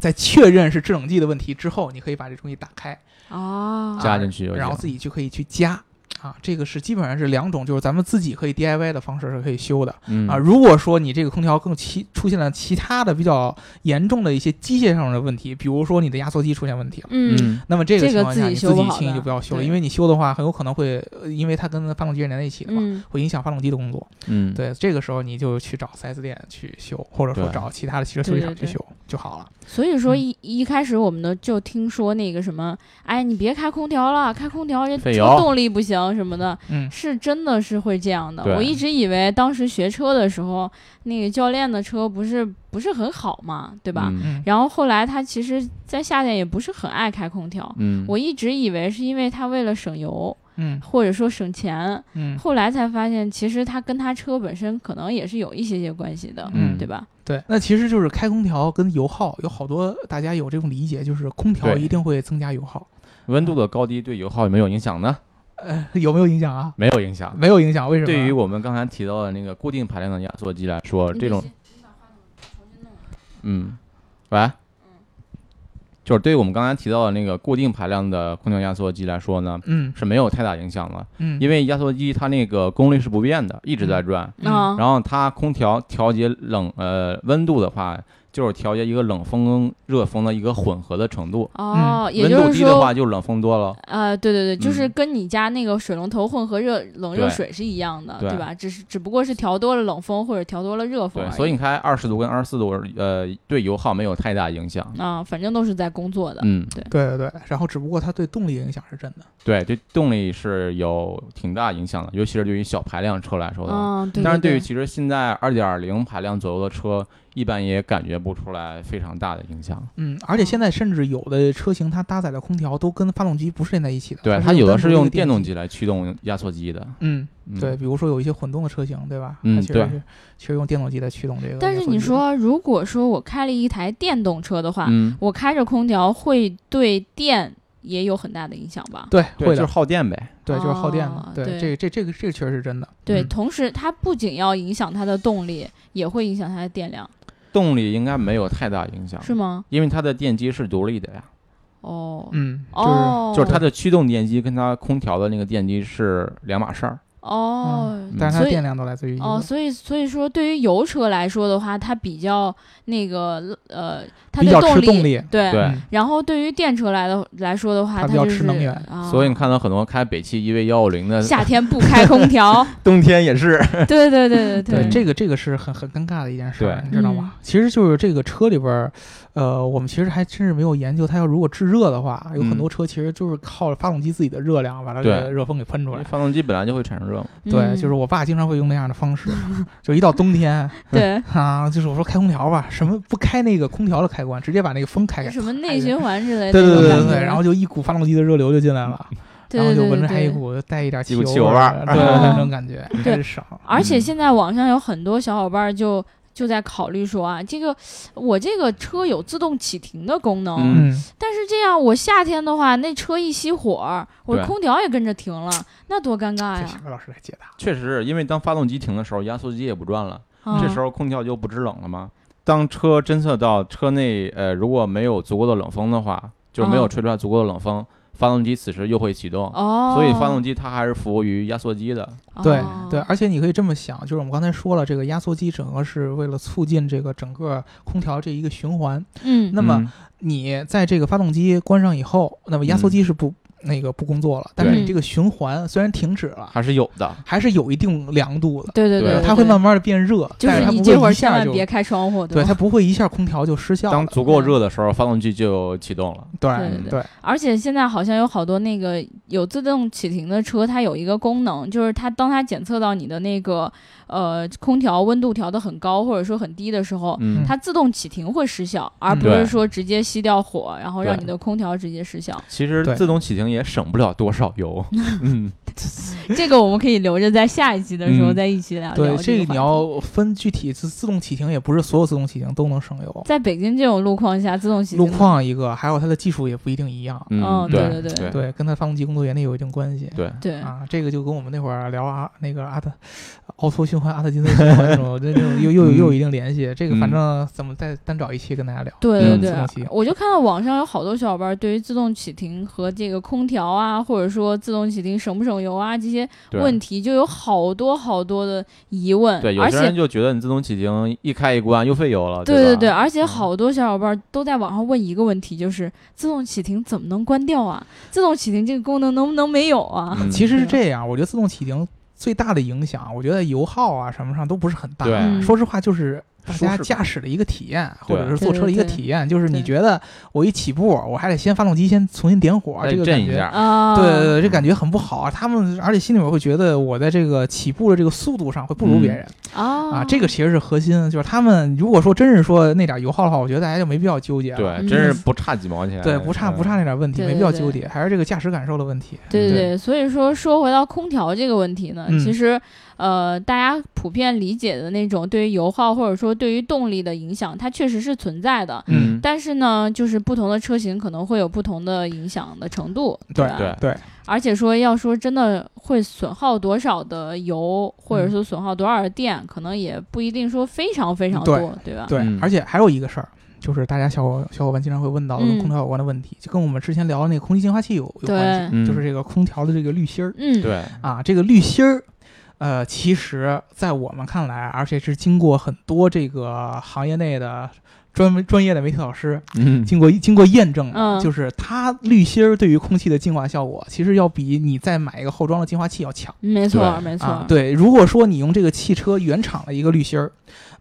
S3: 在确认是制冷剂的问题之后，你可以把这东西打开，
S2: 哦，
S4: 加进去就行，
S3: 然后自己就可以去加啊。这个是基本上是两种，就是咱们自己可以 DIY 的方式是可以修的
S4: 嗯
S3: 啊。如果说你这个空调更其出现了其他的比较严重的一些机械上的问题，比如说你的压缩机出现问题了。
S2: 嗯，
S4: 嗯
S3: 那么这个
S2: 这个
S3: 情况下，
S2: 自己
S3: 你
S2: 修
S3: 自
S2: 不
S3: 己
S2: 好
S3: 轻易
S2: 的
S3: 就不要修了，
S2: 对
S3: 因为你修的话，很有可能会，呃因为它跟发动机是连在一起的嘛，
S2: 嗯
S3: 会影响发动机的工作。
S4: 嗯，
S3: 对，这个时候你就去找 4S 店去修，或者说
S4: 对
S3: 找其他的汽车修理
S2: 对
S3: 厂
S2: 对
S3: 去
S2: 对
S3: 修就好了。
S2: 所以说
S3: 嗯
S2: 一一开始我们呢就听说那个什么，哎，你别开空调了，开空调这
S4: 费
S2: 车
S4: 油
S2: 动力不行什么的，
S3: 嗯，
S2: 是真的是会这样的。
S4: 对
S2: 我一直以为当时学车的时候，那个教练的车不是不是很好嘛，对
S4: 对
S2: 吧？
S4: 嗯
S3: 嗯，
S2: 然后后来他其实，在夏天也不是很爱开空调，
S4: 嗯，
S2: 我一直以为是因为他为了省油
S3: 嗯
S2: 或者说省钱，
S3: 嗯，
S2: 后来才发现其实他跟他车本身可能也是有一些些关系的，
S4: 嗯
S2: 对吧？
S3: 对，那其实就是开空调跟油耗有好多大家有这种理解，就是空调
S4: 对
S3: 一定会增加油耗，
S4: 温度的高低对油耗有没有影响呢？
S3: 呃，有没有影响啊？
S4: 没有影响。
S3: 没有啊影响，为什么？
S4: 对于我们刚才提到的那个呃固定排量的压缩机来说，这种
S2: 你必须
S4: 嗯，喂，就是对于我们刚才提到的那个固定排量的空调压缩机来说呢，
S3: 嗯
S4: 是没有太大影响的，
S3: 嗯，
S4: 因为压缩机它那个功率是不变的，一直在转。
S2: 嗯，
S4: 然后它空调调节冷呃温度的话，就是调节一个冷风热风的一个混合的程度。
S2: 哦，也
S4: 温
S2: 就
S4: 度
S2: 是
S4: 低的
S2: 说
S4: 话，就冷风多了。
S2: 呃，对对对，就是
S4: 嗯
S2: 跟你家那个水龙头混合热冷热
S4: 对
S2: 水是一样的，
S4: 对
S2: 对吧？只是只不过是调多了冷风或者调多了热风
S4: 对
S2: 而，已。
S4: 所以你看二十度跟二十四度，呃，对油耗没有太大影响。
S2: 啊、反正都是在工作的。
S4: 嗯，
S3: 对对对，然后只不过它对动力影响是真的，
S4: 对，对动力是有挺大影响的，尤其是对于小排量车来说的话。
S2: 嗯，对。
S4: 但是对
S2: 对
S4: 于其实现在二点零排量左右的车，一般也感觉不出来非常大的影响。
S3: 嗯，而且现在甚至有的车型它搭载的空调都跟发动机不是连在一起的，
S4: 对，
S3: 它
S4: 它有的是用电
S3: 电
S4: 动，机来驱动压缩机的。
S3: 嗯，
S4: 嗯、
S3: 对，比如说有一些混动的车型，对吧？
S4: 嗯
S3: 它其实
S4: 对
S3: 是其实用电动机来驱动这个。
S2: 但是你，说，如果说我开了一台电动车的话，
S4: 嗯，
S2: 我开着空调会对电也有很大的影响吧？
S3: 对，
S4: 对，
S3: 会
S4: 就
S3: 的
S4: 是，耗电呗。
S3: 对，就是耗电嘛
S2: 哦，对
S3: 对，这个这这个这个确实是真的，
S2: 对，
S3: 嗯
S2: 同时它不仅要影响它的动力，也会影响它的电量，
S4: 动力应该没有太大影响，
S2: 是吗？
S4: 因为它的电机是独立的呀，
S2: 哦，
S3: 嗯，就是
S2: 哦，
S4: 就是它的驱动电机跟它空调的那个电机是两码事儿。
S2: 哦
S3: 嗯，但是它
S2: 所以
S3: 电量都来自于一
S2: 哦，
S3: 个，
S2: 所以所以说，对于油车来说的话，它比较那个呃，它
S3: 比
S2: 对
S3: 较吃
S2: 力
S3: 动力
S2: 对。
S4: 对
S3: 嗯
S2: 然后对于电车来的来说的话，
S3: 它
S2: 它
S3: 比较
S2: 就
S3: 吃
S2: 是
S3: 能源
S2: 啊、
S4: 所以你看到很多开北汽 EV 幺五零
S3: 呃
S4: 的，
S2: 夏天不开空 调，
S4: 冬天也是。
S2: 对对对对
S3: 对，
S2: 对，嗯
S3: 这个这个是很很尴尬的一件事儿，
S4: 对
S3: 你知道吗？其实就是这个车里边儿，呃，我们其实还真是没有研究，它要如果制热的话，有很
S4: 嗯
S3: 多车其实就是靠发动机自己的热量把它
S4: 对
S3: 的热风给喷出来。
S4: 发动机本来就会产生热
S2: 嗯
S4: 嘛。
S3: 对，就是我爸经常会用那样的 方式，就一到冬天
S2: 对
S3: 啊，就是我说开空调吧，什么不开那个空调的开关，直接把那个风开开，
S2: 什么内循环之类的
S3: 对
S2: 那
S3: 对
S2: 种
S3: 对
S2: 感觉，
S3: 对对，然后就一股发动机的热流就进来了，
S2: 对
S3: 然后
S2: 对
S3: 就
S2: 对
S3: 闻着
S2: 对
S3: 还一
S2: 对
S3: 股带一点汽
S4: 一股汽
S3: 油
S4: 油
S3: 味
S4: 味
S3: 儿，嗯
S4: 儿
S3: 对，
S2: 哦
S3: 那种感觉还
S2: 对
S3: 是爽。
S2: 而且
S4: 嗯
S2: 现在网上有很多小伙伴就就在考虑说啊，这个我这个车有自动启停的功能，
S4: 嗯
S3: 嗯，
S2: 但是这样，我夏天的话，那车一熄火，我
S4: 对
S2: 空调也跟着停了，那多尴尬
S3: 这小
S2: 哎呀！
S3: 何老师来解答。
S4: 确实是因为当发动机停的时候，压缩机也不转了，
S2: 啊
S4: 这时候空调就不制冷了吗？当车侦测到车内呃如果没有足够的冷风的话，就是没有
S2: 哦
S4: 吹出来足够的冷风，发动机此时又会启动，
S2: 哦，
S4: 所以发动机它还是服务于压缩机的。
S3: 对
S2: 哦
S3: 对，而且你可以这么想，就是我们刚才说了，这个压缩机整个是为了促进这个整个空调这一个循环。
S2: 嗯，
S3: 那么你在这个发动机关上以后，那么压缩
S4: 嗯
S3: 机是不、那个不工作了，但是
S2: 对
S3: 你这个循环虽然停止了，
S4: 还是有的。
S3: 还是有一定凉度的，
S2: 对对
S4: 对
S3: 它会慢，慢的变热，
S2: 就
S3: 但
S2: 是
S3: 它
S2: 你
S3: 不
S2: 这会
S3: 会
S2: 儿
S3: 一
S2: 千
S3: 下
S2: 万
S3: 就
S2: 别开窗户，
S3: 对
S2: 吧
S3: 它？不会一下空调就失效
S4: 当
S3: 了。
S4: 足
S2: 嗯
S4: 够热的时候，发动机就启动了。
S3: 对
S2: 对对
S3: 对，
S2: 而且现在好像有好多那个有自动启停的车，它有一个功能，就是它当它检测到你的那个呃空调温度调的很高或者说很低的时候，
S4: 嗯，
S2: 它自动启停会失效，而
S3: 嗯
S2: 不是
S4: 对
S2: 说直接熄掉火，然后让
S4: 对
S2: 你的空调直接失效。
S4: 其实
S3: 对
S4: 自动启停也省不了多少油。嗯，
S2: 这个我们可以留着在下一期的时候
S4: 嗯
S2: 再一起聊。
S3: 对，
S2: 聊
S3: 这
S2: 个话
S3: 个你
S2: 题
S3: 要分具体，自自动启停也不是所有自动启停都能省油，
S2: 在北京这种路况下，自动启停
S3: 路况一个，还有它的技术也不一定一样，
S2: 哦
S4: 嗯，
S2: 对对对
S4: 对
S3: 对，跟它发动机工作原理有一定关系。
S4: 对，
S2: 对，
S3: 啊，这个就跟我们那会儿聊啊，那个阿特奥托循环、阿特金森循环那种，这这种又又有又有一定联系。这个反
S4: 嗯
S3: 正怎么再单找一期跟大家聊。
S2: 对
S4: 嗯
S2: 对
S3: 自
S2: 对
S3: 动启，停
S2: 我就看到网上有好多小伙伴对于自动启停和这个空调啊，或者说自动启停省不省油啊这些
S4: 对
S2: 问题，就有好多好多的疑问。
S4: 对，有
S2: 而
S4: 些人
S2: 且
S4: 就觉得你自动启停一开一关又费油了，
S2: 对
S4: 对吧嗯
S2: 对，而且好多小伙伴都在网上问一个问题，就是自动启停怎么能关掉啊？自动启停这个功能能不能没有啊？
S4: 嗯
S3: 其实是
S2: 对
S3: 这样，我觉得自动启停最大的影响，我觉得油耗啊什么上都不是很大。
S4: 对
S2: 嗯
S3: 说实话，就是大
S4: 舒
S3: 家
S4: 适
S3: 驾驶的一个体验，或
S4: 对
S3: 者是坐车的一个体验，就是你
S2: 对
S3: 觉得我一起步，我还得先发动机先重新点火，
S4: 再
S3: 这个感
S4: 哎震一
S3: 觉。
S4: 下，嗯
S2: 啊，
S3: 对对对，这感觉很不好啊！他们而且心里面会觉得我在这个起步的这个速度上会不如别
S4: 嗯
S3: 人，
S2: 啊
S3: 啊，这个其实是核心，就是他们如果说真是说那点油耗的话，我觉得大家就没必要纠结了。
S4: 对，真是
S2: 嗯
S4: 不差几毛钱，嗯
S3: 对不差不差那点问题，
S2: 对
S3: 没
S2: 对
S3: 必要
S2: 对
S3: 纠结，还是这个驾驶感受的问题。
S2: 对
S4: 对
S2: 对，所以说说回到空调这个问题呢，
S3: 嗯
S2: 其实呃，大家普遍理解的那种对于油耗或者说对于动力的影响，它确实是存在的。
S4: 嗯，嗯，
S2: 但是呢，就是不同的车型可能会有不同的影响的程度，
S3: 对
S2: 吧？
S4: 对
S3: 对，
S2: 而且说要说真的会损耗多少的油，或
S3: 嗯
S2: 者说损耗多少的电，可能也不一定说非常非常
S3: 对
S2: 多，对吧？
S3: 对
S4: 嗯
S3: 而且还有一个事儿，就是大家小伙小伙伴经常会问到的
S2: 嗯
S3: 跟空调有关的问题，就跟我们之前聊的那个空气净化器有有关系，
S2: 对，
S4: 嗯
S3: 就是这个空调的这个滤芯儿
S2: 嗯，
S4: 对，
S3: 啊，这个滤芯儿。呃，其实，在我们看来，而且是经过很多这个行业内的专门专业的媒体老师
S4: 嗯，
S3: 经过经过验证的，
S2: 嗯
S3: 就是它滤芯儿对于空气的净化效果，其实要比你再买一个后装的净化器要强。
S2: 没错
S4: 对
S2: 没错
S3: 啊，，对，如果说你用这个汽车原厂的一个滤芯儿，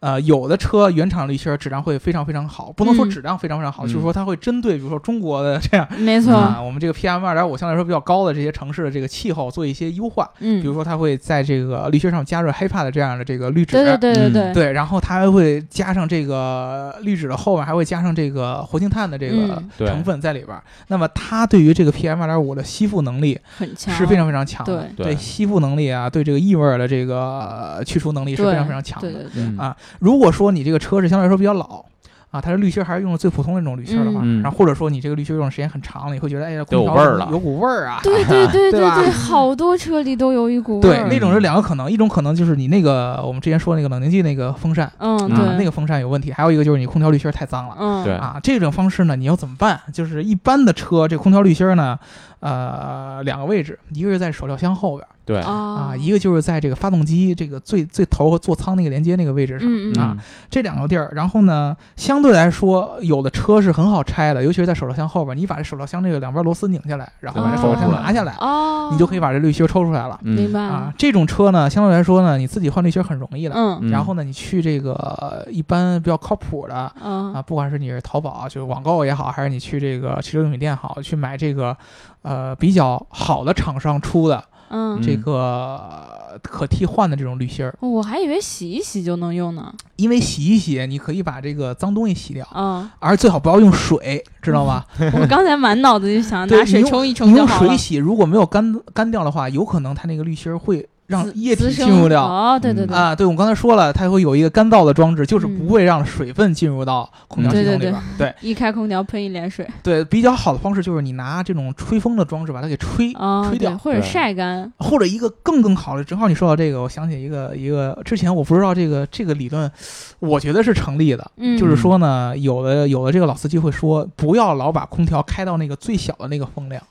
S3: 呃，有的车原厂滤芯儿质量会非常非常好，不能说
S2: 嗯
S3: 质量非常非常好，
S4: 嗯
S3: 就是说它会针对比如说中国的这样
S2: 没错，
S3: 啊，我们这个 PM 二点五相对来说比较高的这些城市的这个气候做一些优化，
S2: 嗯，
S3: 比如说它会在这个滤芯上加入 HEPA 的这样的这个滤纸，
S2: 对对对对
S4: 嗯
S2: 对，
S3: 对然后它还会加上这个滤纸的后面还会加上这个活性炭的这个
S2: 嗯
S4: 对
S3: 成分在里边儿，那么它对于这个 PM 二点五的吸附能力
S2: 很强，
S3: 是非常非常强的。
S2: 对
S4: 对
S3: 吸附能力啊，对这个异味儿的这个、呃去除能力是
S2: 对
S3: 非常非常强
S2: 对
S3: 的。
S2: 对对，
S4: 嗯
S3: 啊如果说你这个车是相对来说比较老啊，它的滤芯儿还是用的最普通的那种滤芯儿的话，
S4: 嗯
S3: 然后或者说你这个滤芯儿用的时间很长了，你会觉得哎呀，空
S4: 有
S3: 调
S4: 味儿
S3: 怎么
S4: 了
S3: 有股味儿啊。
S2: 对对对
S3: 对吧
S2: 对，好多车里都有一股味
S3: 对，
S2: 儿，
S3: 那种是两个可能，一种可能就是你那个我们之前说那个冷凝剂那个风扇
S2: 嗯
S4: 啊
S3: 啊，
S2: 对
S3: 那个风扇有问题，还有一个就是你空调滤芯儿太脏了。
S2: 嗯
S4: 对
S3: 啊，这种方式呢，你要怎么办？就是一般的车，这空调滤芯儿呢，呃，两个位置，一个是在手料箱后边，
S4: 对，
S2: 啊
S3: 啊，一个就是在这个发动机这个最最头和座舱那个连接那个位置上，
S2: 嗯嗯
S3: 啊这两个地儿。然后呢，相对来说，有的车是很好拆的，尤其是在手套箱后边，你把这手套箱这个两边螺丝拧下来，然后把这手套箱拿下来，
S2: 哦，
S3: 你就可以把这滤芯抽出来了。
S4: 嗯，
S2: 明白
S3: 啊
S2: 了，，
S3: 这种车呢，相对来说呢，你自己换滤芯很容易的。
S2: 嗯
S4: 嗯
S3: 然后呢，你去这个呃一般比较靠谱的。啊，
S2: 嗯
S3: 不管是你是淘宝啊，就是网购也好，还是你去这个汽车用品店好，去买这个，呃，比较好的厂商出的
S2: 嗯，
S3: 这
S4: 嗯
S3: 个呃可替换的这种滤芯儿，
S2: 哦我还以为洗一洗就能用呢，
S3: 因为洗一洗，你可以把这个脏东西洗掉，
S2: 嗯，
S3: 而最好不要用水，知道吗？
S2: 我刚才满脑子就想
S3: 对
S2: 嗯拿水
S3: 你用
S2: 冲一冲
S3: 你
S2: 就
S3: 用
S2: 好了
S3: 水，洗，如果没有干干掉的话，有可能它那个滤芯儿会让
S2: 滋
S3: 液体
S2: 滋
S3: 进
S2: 生
S3: 入掉。
S2: 哦，对对对，
S3: 啊，对，我刚才说了，它会有一个干燥的装置，就是
S2: 嗯
S3: 不会让水分进入到空调
S2: 对
S3: 系
S2: 对
S3: 统里
S2: 对
S3: 边儿。对
S2: 一开空调喷一脸水，
S3: 对比较好的方式就是你拿这种吹风的装置把它给吹
S2: 啊，
S3: 吹
S2: 对，
S3: 掉，
S2: 或者
S4: 对
S2: 晒干，
S3: 或者一个更更好的，正好你说到这个，我想起一个一个之前我不知道这个这个理论，我觉得是成立的，
S2: 嗯，
S3: 就是说呢，有的有的这个老司机会说，不要老把空调开到那个最小的那个风量，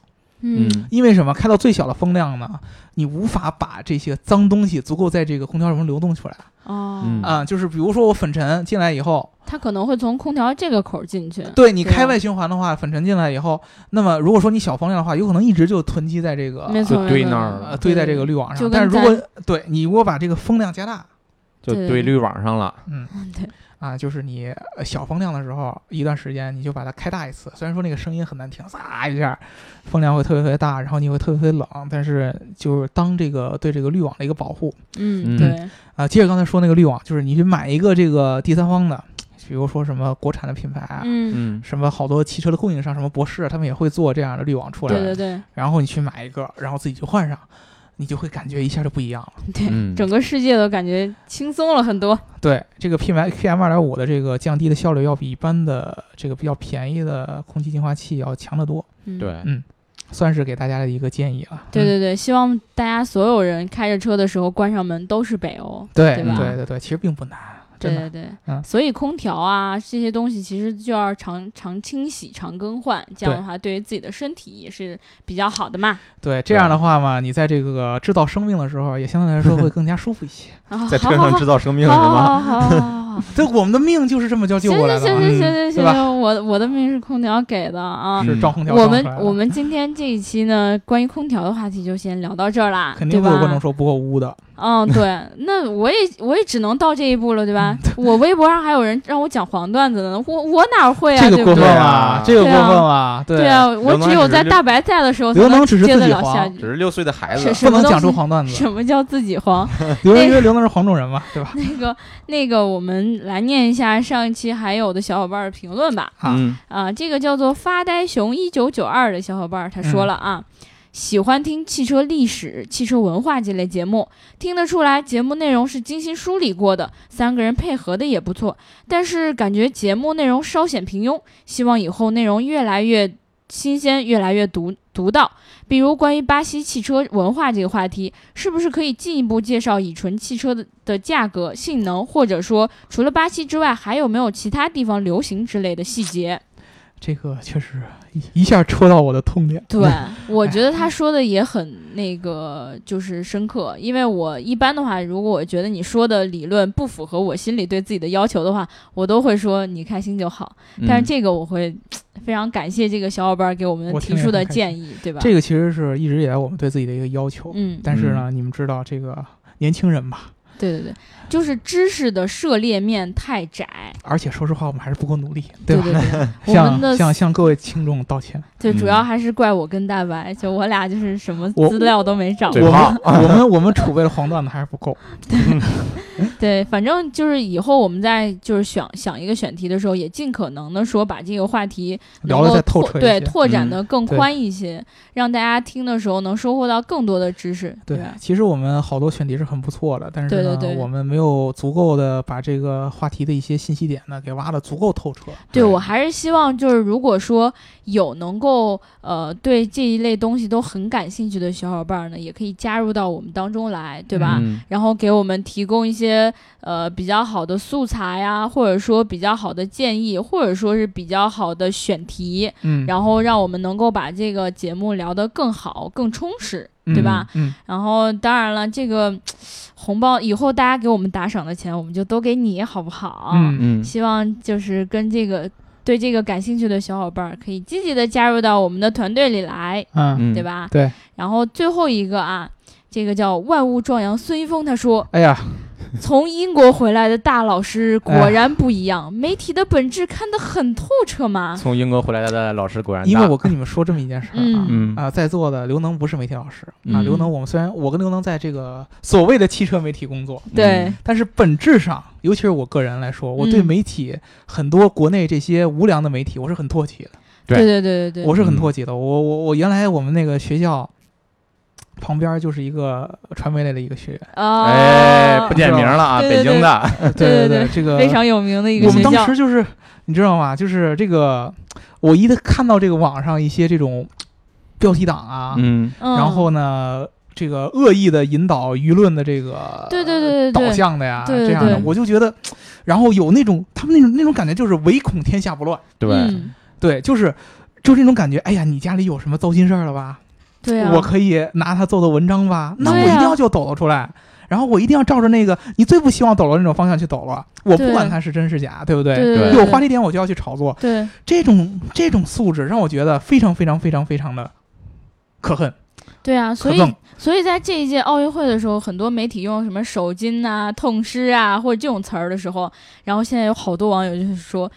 S2: 嗯
S4: 嗯
S3: 因为什么？开到最小的风量呢，你无法把这些脏东西足够在这个空调中流动出来
S2: 哦，
S4: 嗯
S3: 啊、就是比如说我粉尘进来以后，
S2: 它可能会从空调这个口儿进去，
S3: 对你
S2: 对啊
S3: 开外循环的话，粉尘进来以后，那么如果说你小风量的话，有可能一直就囤积在这个
S2: 没错，
S4: 就
S2: 没
S4: 堆
S2: 错
S4: 那儿
S3: 呃堆在这个滤网
S2: 就
S3: 上。
S2: 跟
S3: 但是如
S2: 咱
S3: 果对你如果把这个风量加大，
S4: 就
S2: 对
S4: 堆滤网上了，
S3: 嗯
S2: 嗯对，
S3: 啊，就是你呃小风量的时候，一段时间你就把它开大一次。虽然说那个声音很难听，撒一下，风量会特别特别大，然后你会特别特别冷，但是就是当这个对这个滤网的一个保护
S2: 嗯
S4: 嗯
S2: 对，
S3: 啊。接着刚才说那个滤网，就是你去买一个这个第三方的，比如说什么国产的品牌啊。
S2: 嗯，
S4: 嗯
S3: 什么好多汽车的供应商，什么博士，他们也会做这样的滤网出来。
S2: 对对对
S3: 然后你去买一个，然后自己去换上，你就会感觉一下就不一样了。
S2: 对，
S4: 嗯，
S2: 整个世界都感觉轻松了很多，
S3: 对，这个 PM PM 二点五的这个降低的效率要比一般的这个比较便宜的空气净化器要强得多，
S2: 嗯。
S4: 对，
S3: 算是给大家的一个建议了。
S2: 对
S3: 嗯
S2: 对对，希望大家所有人开着车的时候关上门都是北欧。
S3: 对
S2: 对吧
S3: 对对对，其实并不难，真
S2: 对
S3: 的。
S2: 对对，
S3: 嗯
S2: 所以空调啊这些东西其实就要常常清洗、常更换，这样的话对于自己的身体也是比较好的嘛。
S3: 对这样的话嘛，你在这个制造生命的时候，也相对来说 会更加舒服一些。
S2: 啊，
S4: 在
S2: 好
S4: 车
S2: 好
S4: 上
S2: 好
S4: 制造生命是
S2: 好好
S4: 吗？
S2: 好好好好好。
S3: 对，我们的命就是这么交
S2: 行
S3: 救过来
S2: 行
S3: 的嘛嗯
S2: 行，行行
S3: 对
S2: 行
S3: 吧
S2: 行，我我的命是空调给的啊。
S4: 嗯
S3: 是照空调
S2: 我
S3: 装
S2: 们
S3: 出来的
S2: 我们今天这一期呢，关于空调的话题就先聊到这儿啦，
S3: 肯定会
S2: 对
S3: 有
S2: 吧
S3: 观众说不够污的，
S2: 嗯，对，那我也我也只能到这一步了，对吧？我微博上还有人让我讲黄段子呢，我我哪会啊？
S3: 这个
S2: 对
S3: 过
S2: 不
S3: 分
S2: 对？
S4: 啊
S3: 了，这个过
S2: 对啊
S3: 分了，对
S2: 对啊，我只有在大白菜的时候才
S3: 刘能
S2: 能
S3: 只是
S2: 接得
S3: 自己
S2: 了下
S3: 黄
S4: 只
S2: 去。
S4: 是六岁的孩子
S2: 是，是哎
S3: 不能
S2: 什么
S3: 讲出
S2: 东西
S3: 黄段子。
S2: 什么叫自己黄？
S3: 刘能因为刘能是黄种人嘛，对吧？
S2: 那个那个，我们来念一下上一期还有的小伙伴儿的评论吧。
S3: 啊
S4: 嗯
S2: 啊，这个叫做发呆熊一九九二的小伙伴儿，他说了啊。喜欢听汽车历史、汽车文化这类节目，听得出来节目内容是精心梳理过的，三个人配合的也不错。但是感觉节目内容稍显平庸，希望以后内容越来越新鲜，越来越独读到，比如关于巴西汽车文化这个话题，是不是可以进一步介绍乙醇汽车的的价格、性能，或者说除了巴西之外，还有没有其他地方流行之类的细节？
S3: 这个确实一一下戳到我的痛点。
S2: 对，
S3: 哎
S2: 我觉得
S3: 嗯
S2: 他说的也很那个，就是深刻。因为我一般的话，如果我觉得你说的理论不符合我心里对自己的要求的话，我都会说你开心就好。
S3: 嗯
S2: 但
S4: 嗯
S2: 是这个我会非常感谢这个小伙伴给我们
S3: 我
S2: 提
S3: 听着
S2: 出的
S3: 很开心
S2: 建议，对吧？
S3: 这个其实是一直以来我们对自己的一个要求。
S2: 嗯，
S3: 但是呢，你们知道这个年轻人吧，
S2: 对对对，就是知识的涉猎面太窄，
S3: 而且说实话，我们还是不够努力，
S2: 对
S3: 吧？
S2: 对 对，我们
S3: 向
S2: 的
S3: 向向各位听众道歉，
S2: 对主要
S4: 嗯
S2: 还是怪我跟大白，就我俩就是什么
S3: 我
S2: 资料都没找
S4: 对
S3: 我
S2: 过，
S3: 们我们我们储备的黄段子还是不 够。
S2: 对，反正就是以后我们在就是想想一个选题的时候，也尽可能的说把这个话题能
S3: 聊得
S2: 够
S3: 再透
S2: 拓
S3: 彻一
S2: 对
S3: 些嗯
S2: 拓展的更
S3: 对
S2: 宽一些，让大家听的时候能收获到更多的知识，
S3: 对
S2: 吧，
S3: 其实我们好多选题是很不错的，但是呢，
S2: 对对对
S3: 我们没有足够的把这个话题的一些信息点呢给挖的足够透彻。
S2: 对
S4: 对
S2: 我还是希望就是如果说有能够呃对这一类东西都很感兴趣的小伙伴儿呢，也可以加入到我们当中来，对吧？
S4: 嗯
S2: 然后给我们提供一些呃比较好的素材呀，或者说比较好的建议，或者说是比较好的选题，
S3: 嗯，
S2: 然后让我们能够把这个节目聊得更好、更充实，对吧？
S3: 嗯？
S2: 然后当然了，这个红包以后大家给我们打赏的钱，我们就都给你，好不好？
S3: 嗯嗯，
S4: 嗯，
S2: 希望就是跟这个对这个感兴趣的小伙伴儿，可以积极的加入到我们的团队里来，
S3: 嗯，
S4: 嗯
S2: 对？吧？
S3: 对。
S2: 然后最后一个啊，这个叫万物壮阳孙一峰，他 说
S3: 哎呀，
S2: 从英国回来的大老师果
S3: 哎
S2: 然不一样，媒体的本质看得很透彻嘛。
S4: 从英国回来的老师果然大，
S3: 因为我跟你们说这么一件事儿啊。
S2: 嗯
S4: 嗯
S3: 啊、在座的刘能不是媒体老师啊。
S4: 嗯
S3: 刘能，我们虽然我跟刘能在这个所谓的汽车媒体工作，
S2: 对，
S3: 但是本质上，尤其是我个人来说，我对
S2: 嗯
S3: 媒体很多国内这些无良的媒体，我是很唾弃的。
S4: 对
S2: 对对对对
S3: 我
S2: 对，
S3: 是很
S4: 嗯
S3: 唾弃的。我我我原来我们那个学校旁边就是一个传媒类的一个学院，
S2: 啊，
S4: 哎，不点名了啊，
S2: 对对
S4: 北京的，
S2: 对对
S3: 对
S2: 对
S3: 这个
S2: 非常有名的一个
S3: 呃我们
S2: 学
S3: 当
S2: 校
S3: 时就是你知道吗？就是这个，我一看到这个网上一些这种标题党啊，
S4: 嗯
S2: 嗯
S3: 然后呢。这个恶意的引导舆论的这个
S2: 对对对对对
S3: 导向的呀，
S2: 对对
S3: 这样的
S2: 对
S3: 我就觉得，然后有那种他们那种那种感觉就是唯恐天下不乱，
S4: 对，
S2: 嗯
S3: 对，就是就是那种感觉，哎呀，你家里有什么糟心事儿了吧？
S2: 对啊，
S3: 我可以拿它做做文章吧？那我
S2: 对
S3: 一
S2: 啊
S3: 定要就抖搂出来，然后我一定要照着那个你最不希望抖搂那种方向去抖搂。我不
S2: 对
S3: 管它是真是假，对不对？
S2: 对
S4: 对
S3: 有话题点我就要去炒作，
S2: 对
S3: 这种这种素质让我觉得非常非常非常非常的可恨
S2: 对啊，所
S3: 可
S2: 以
S3: 憎。
S2: 所以在这一届奥运会的时候，很多媒体用什么手巾呐、痛失啊，或者这种词儿的时候，然后现在有好多网友就是说。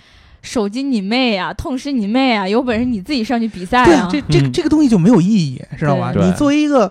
S2: 手巾你妹啊，痛失你妹啊！有本事你自己上去比赛
S3: 对
S2: 啊！
S3: 这这个
S4: 嗯
S3: 这个东西就没有意义，知道吧？
S4: 对
S3: 你作为一个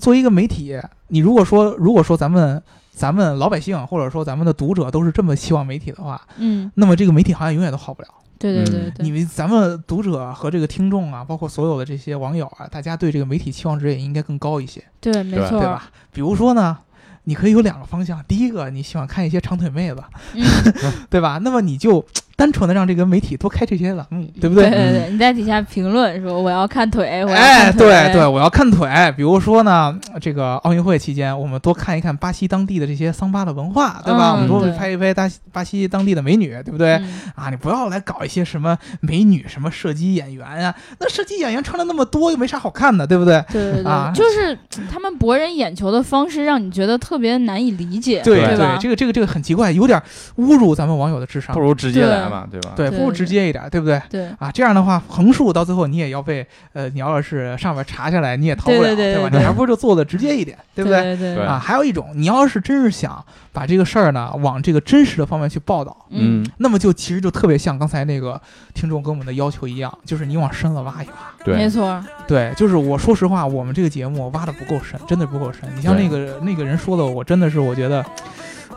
S3: 作为一个媒体，你如果说如果说咱们咱们老百姓或者说咱们的读者都是这么希望媒体的话，
S2: 嗯，
S3: 那么这个媒体好像永远都好不了。
S2: 对对对
S4: 嗯
S2: 对，
S3: 你们咱们读者和这个听众啊，包括所有的这些网友啊，大家对这个媒体期望值也应该更高一些，
S2: 对，没
S4: 对
S2: 错
S3: 对
S2: 儿，
S3: 吧？比如说呢，你可以有两个方向，第一个你喜欢看一些长腿妹子，
S2: 嗯，
S3: 对吧？那么你就单纯的让这个媒体多开这些栏目，对
S2: 嗯
S3: 不
S2: 对
S3: 对？嗯
S2: 对对，你在底下评论说我要看腿，我要
S3: 哎，
S2: 看腿，
S3: 对对，我要看腿。比如说呢，这个奥运会期间，我们多看一看巴西当地的这些桑巴的文化，对
S2: 嗯
S3: 吧？我们多
S2: 对
S3: 拍一拍巴西巴西当地的美女，对不对？
S2: 嗯
S3: 啊，你不要来搞一些什么美女、什么射击演员啊，那射击演员穿的那么多，又没啥好看的，对不对？
S2: 对对对
S3: 啊，
S2: 就是他们博人眼球的方式，让你觉得特别难以理解，
S4: 对
S3: 对
S2: 吧？
S3: 这个这个这个很奇怪，有点侮辱咱们网友的智商
S4: 不，如直接来嘛，对吧？
S3: 对，不
S2: 对
S3: 如
S2: 对
S3: 直接一点，对不对？
S2: 对
S3: 啊，这样的话，横竖到最后你也要被，呃，你要是上面查下来，你也逃不
S2: 对对
S3: 了，
S2: 对对
S3: 吧？
S2: 对
S3: 你还不如就做的直接一点，对不对？
S2: 对对
S4: 对
S3: 啊，还有一种，你要是真是想把这个事儿呢往这个真实的方面去报道，
S2: 嗯，
S3: 那么就其实就特别像刚才那个听众跟我们的要求一样，就是你往深了挖一挖。
S2: 没
S4: 对，
S2: 错儿，
S3: 对，就是我说实话，我们这个节目挖的不够深，真的不够深。你像
S4: 对
S3: 那个那个人说的，我真的是我觉得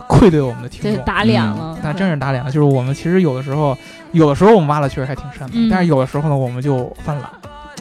S3: 愧对我们的听
S2: 对，
S3: 众。
S2: 打脸
S4: 嗯
S2: 了，
S3: 但真是打脸了，就是我们其实有的时候，有的时候我们挖的确实还挺深的，
S2: 嗯
S3: 但是有的时候呢，我们就犯懒。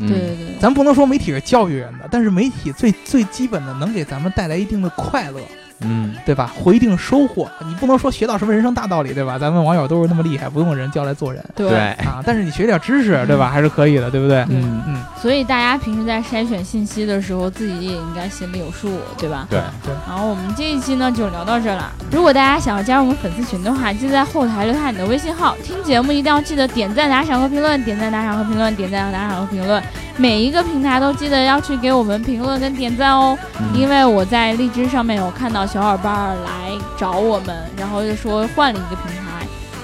S4: 嗯
S2: 对对对。
S3: 咱不能说媒体是教育人的，但是媒体最最基本的能给咱们带来一定的快乐，
S4: 嗯，
S3: 对吧？回定收获，你不能说学到什么人生大道理，对吧？咱们网友都是那么厉害，不用人教来做人
S2: 对
S4: 对，
S3: 啊。但是你学点知识，对吧？还是可以的，对不对？
S2: 嗯
S3: 嗯，
S2: 所以大家平时在筛选信息的时候，自己也应该心里有数，对吧？
S4: 对
S3: 对，
S2: 然后我们这一期呢就聊到这儿了。如果大家想要加入我们粉丝群的话，记得在后台留下你的微信号。听节目一定要记得点赞、打赏和评论，点赞、打赏和评论，点赞、打赏和评论。每一个平台都记得要去给我们评论跟点赞哦，
S4: 嗯
S2: 因为我在荔枝上面有看到小伙伴儿来找我们，然后就说换了一个平台。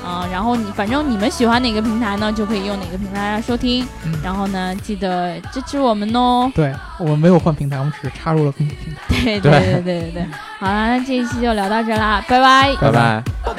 S2: 啊、然后你反正你们喜欢哪个平台呢，就可以用哪个平台来收听。
S3: 嗯
S2: 然后呢，记得支持我们哦。
S3: 对我们没有换平台，我们只是插入了平平台。
S2: 对对对对对对。好啦，那这一期就聊到这啦，拜拜。
S4: 拜
S3: 拜拜
S4: 拜。
S1: Og